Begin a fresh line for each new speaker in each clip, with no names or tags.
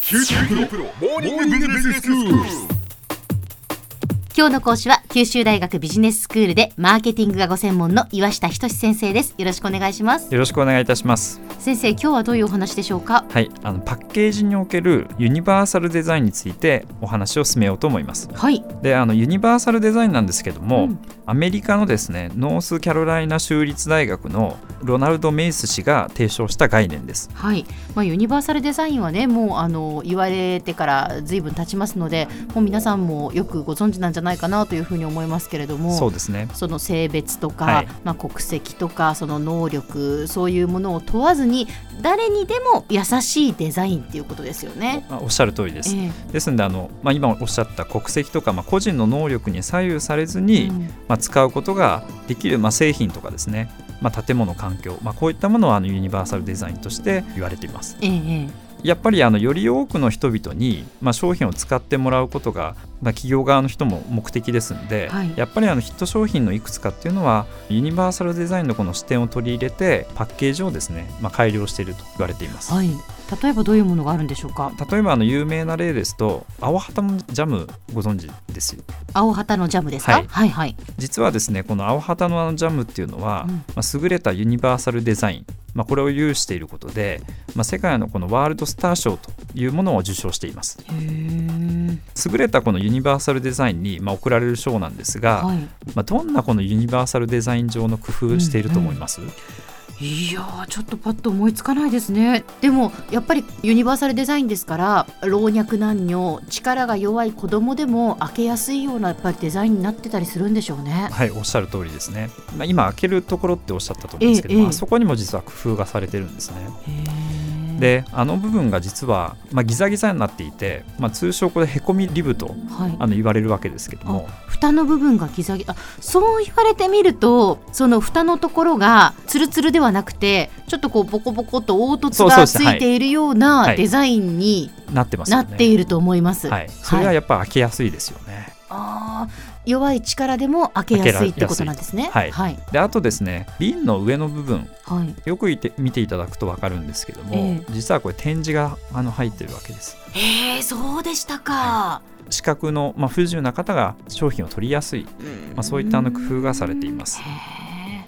九州大学ビジネススクール。
今日の講師は九州大学ビジネススクールでマーケティングがご専門の岩下仁先生ですよろしくお願いします
よろしくお願いいたします。
先生今日はどういうお話でしょうか
はい、あのパッケージにおけるユニバーサルデザインについてお話を進めようと思います。
はい
で、あのユニバーサルデザインなんですけども、
うん
アメリカのですね、ノースカロライナ州立大学のロナルド・メイス氏が提唱した概念です。
はい、まあ、ユニバーサルデザインはねもうあの言われてから随分経ちますのでもう皆さんもよくご存知なんじゃないかなというふうに思いますけれども
そうですね。
その性別とか、
はい
まあ、国籍とかその能力そういうものを問わずに誰にでも優しいデザインっていうことですよね。
あおっしゃる通りです。
え
ですのであの、まあ、今おっしゃった国籍とか、まあ、個人の能力に左右されず
え
に、
うん
まあ、使うことができる、まあ、製品とかですね、まあ、建物環境、まあ、こういったものはあのユニバーサルデザインとして言われています。
ええええ
やっぱりあのより多くの人々に、まあ、商品を使ってもらうことが、まあ、企業側の人も目的ですんで、
はい
やっぱりあのヒット商品のいくつかっていうのはユニバーサルデザインのこの視点を取り入れてパッケージをですね、まあ、改良していると言われています。
はい、例えばどういうものがあるんでしょうか
例えばあの有名な例ですと青旗のジャムご存知です
青旗のジャムですか、は、
はいい
はいはい
実はですねこの青旗のあのジャムっていうのは、
うん
まあ、優れたユニバーサルデザイン、まあ、これを有していることで、まあ、世界のこのワールドスター賞というものを受賞しています
へえ
優れたこのユニバーサルデザインに、まあ、贈られる賞なんですが、
はい
まあ、どんなこのユニバーサルデザイン上の工夫していると思います、
いやーちょっとパッと思いつかないですねでもやっぱりユニバーサルデザインですから老若男女力が弱い子供でも開けやすいようなやっぱりデザインになってたりするんでしょうね
はいおっしゃる通りですね、まあ、今開けるところっておっしゃったと思うんですけど、
ええ
まあそこにも実は工夫がされてるんですね
へー
であの部分が実は、まあ、ギザギザになっていて、まあ、通称これへこみリブと
はい
あの言われるわけですけども
蓋の部分がギザギザあそう言われてみるとその蓋のところがツルツルではなくてちょっとこうボコボコと凹凸
そうそう
が
です
ついているよう
い
な
はい
デザインに
なってますよ
な
ね
っていると思います、
はい、それはやっぱ開けやすいですよね、
あー弱い力でも開けやすいってことなんですね
開けやすい
はい
であとですね瓶の上の部分
はい
よくいて見ていただくと分かるんですけども、
え
実はこれ展示があの入ってるわけです
へえそうでしたか、
視覚の、まあ、不自由な方が商品を取りやすい、まあ、そういったあの工夫がされています
へ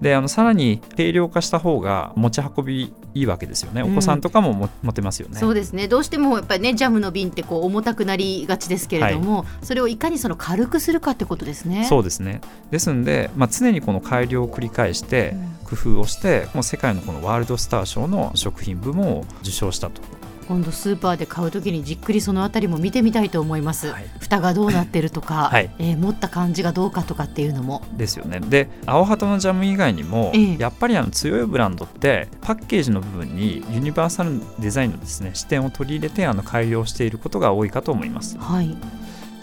であのさらに軽量化した方が持ち運びいいわけですよねお子さんとかもも持てますよ
え
ね、
そうですねどうしてもやっぱりねジャムの瓶ってこう重たくなりがちですけれども、それをいかにその軽くするかってことですね
そうですねですんで、まあ、常にこの改良を繰り返して
うん
工夫をしてもう世界のこのワールドスター賞の食品部門を受賞したと
今度スーパーで買うときにじっくりそのあたりも見てみたいと思います、
はい
蓋がどうなってるとか、
はい
えー持った感じがどうかとかっていうのも
ですよねで青鳩のジャム以外にも、
ええ
やっぱりあの強いブランドってパッケージの部分にユニバーサルデザインのですね視点を取り入れてあの改良していることが多いかと思います
はい、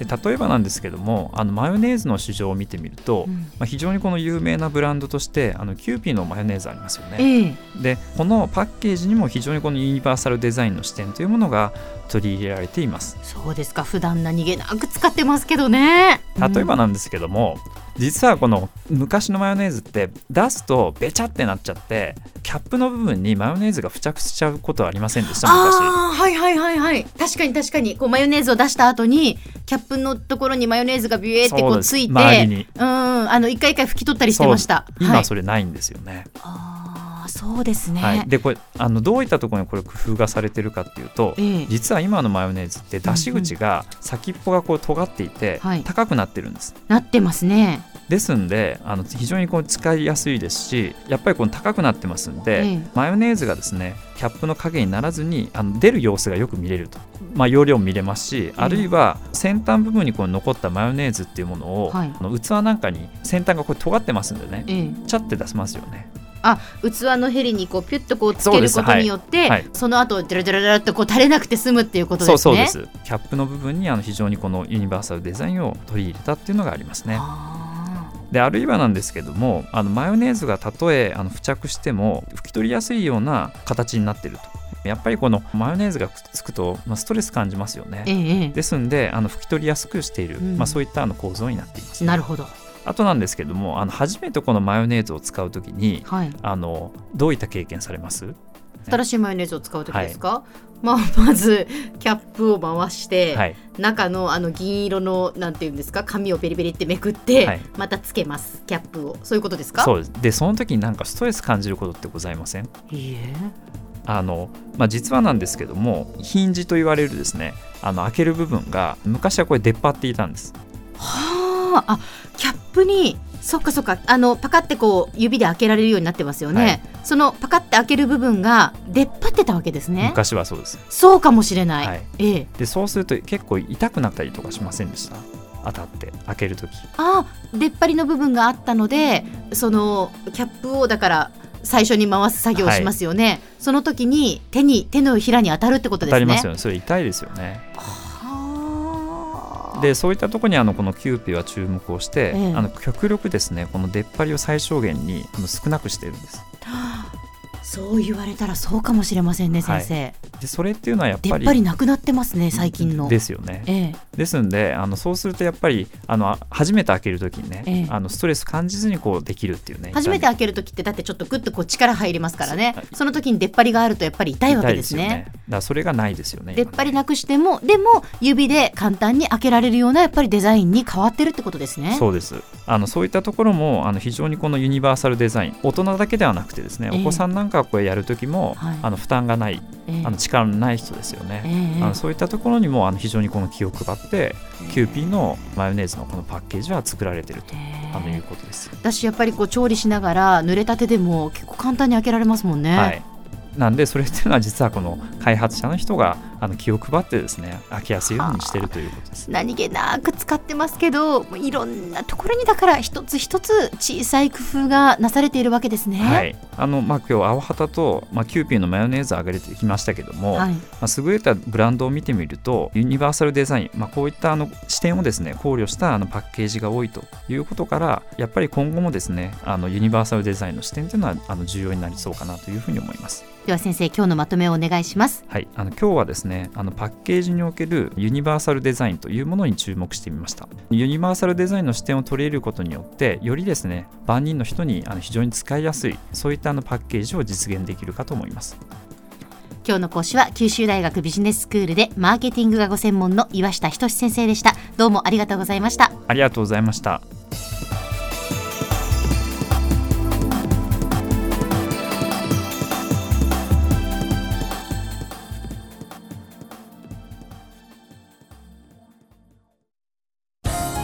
で例えばなんですけどもあのマヨネーズの市場を見てみると、
うん
まあ、非常にこの有名なブランドとしてあのキューピーのマヨネーズありますよね
ええ
でこのパッケージにも非常にこのユニバーサルデザインの視点というものが取り入れられています
そうですか普段何気なく使ってますけどね
例えば
うん
なんですけども、実はこの昔のマヨネーズって出すとべちゃってなっちゃってキャップの部分にマヨネーズが付着しちゃうことはありませんでした昔
ああーはいはいはいはい確かに確かにこうマヨネーズを出した後にキャップのところにマヨネーズがビュエーってこ
そう
う
です
ついて
周りに
うんあの一回一回拭き取ったりしてました
そう今
は、
はいそれないんですよね、
ああそうですね、
はいでこれあのどういったところにこれ工夫がされてるかっていうと
ええ
実は今のマヨネーズって出し口が先っぽがこう尖っていて
はい
高くなってるんです、
なってますね
ですんであの非常にこう使いやすいですしやっぱりこの高くなってますんで、
ええ
マヨネーズがですねキャップの影にならずにあの出る様子がよく見れると、まあ、容量も見れますしあるいは先端部分にこう残ったマヨネーズっていうものを、
はい
あの器なんかに先端がこう尖ってますんでね
ええ
チャッて出せますよね
あ器のヘリにこうピュッとこうつ
そ
け
うで
る
す
ことによってそ,、
はいはい
の後デラデラデラっとこう垂れなくて済むっていうことです
そ
ね
うそうですキャップの部分にあの非常にこのユニバーサルデザインを取り入れたっていうのがありますね
あ
であるいはなんですけどもあのマヨネーズがたとえあの付着しても拭き取りやすいような形になってるとやっぱりこのマヨネーズがくっつくと、まあ、ストレス感じますよね
ーえええ
ですんであの拭き取りやすくしている、
うん
まあ、そういったあの構造になっています
えなるほど
あとなんですけどもあの初めてこのマヨネーズを使う時に
はい
あのどういった経験されます
新しいマヨネーズを使う時ですか、まあ、まずキャップを回して、
はい、
中のあの銀色のなんていうんですか紙をベリベリってめくって、
はい
またつけますキャップをそういうことですか
そうですでその時になんかストレス感じることってございません
いいえ
あの、まあ、実はなんですけどもヒンジと言われるですねあの開ける部分が昔はこれ出っ張っていたんです
はああキャップにそっかそっかあのパカってこう指で開けられるようになってますよね、
はい
そのパカって開ける部分が出っ張ってたわけですね
昔はそうです
そうかもしれない、
はい
ええ
でそうすると結構痛くなったりとかしませんでした当たって開ける時
あー出っ張りの部分があったのでそのキャップをだから最初に回す作業をしますよね、その時に手に手のひらに当たるってことです
当
ね
たりますよねそれ痛いですよね
はー
でそういったところにあのこのキューピーは注目をして、
ええ
あの極力ですねこの出っ張りを最小限にあの少なくしてるんです
そう言われたらそうかもしれませんね
はい
先生、
でそれっていうのはやっ
出
ぱ
っ
り
張りなくなってますね最近の
ですよね
ええ
ですんであのそうするとやっぱりあのあ初めて開ける時にね、
ええ
あのストレス感じずにこうできるっていうね
初めて
痛
開ける時ってだってちょっとグッとこう力入りますからね
そう
その時に出っ張りがあるとやっぱり痛
み
いわけですね
痛いよだからそれがないですよね
出っ
今ね
張りなくしてもでも指で簡単に開けられるようなやっぱりデザインに変わってるってことですね
そうですあのそういったところもあの非常にこのユニバーサルデザイン大人だけではなくてですね、
ええ
お子さんなんかはこれやる時も、
はい
あの負担がない
ええ
あの力のない人ですよね、
え
あの
え
そういったところにもあの非常にこの気を配ってキューピーのマヨネーズのこのパッケージは作られてるとあの
ええ
いうことです。
私やっぱりこう調理しながら濡れたてでも結構簡単に開けられますもんね、
はいなんでそれっていうのは実はこの開発者の人があの気を配ってですね開けやすいようにしてるということです。
何気なく使ってますけどもういろんなところにだから一つ一つ小さい工夫がなされているわけですね。
はい、あのまあ今日青旗と、まあ、キューピーのマヨネーズを挙げてきましたけども、
はい
まあ、優れたブランドを見てみるとユニバーサルデザイン、まあ、こういったあの視点をですね考慮したあのパッケージが多いということからやっぱり今後もですねあのユニバーサルデザインの視点というのはあの重要になりそうかなというふうに思います。
では先生今日のまとめをお願いします。
はい、あの今日はですねあのパッケージにおけるユニバーサルデザインというものに注目してみましたユニバーサルデザインの視点を取り入れることによってよりですね万人の人にあの非常に使いやすいそういったあのパッケージを実現できるかと思います
今日の講師は九州大学ビジネススクールでマーケティングがご専門の岩下仁先生でした。どうもありがとうございました。
ありがとうございました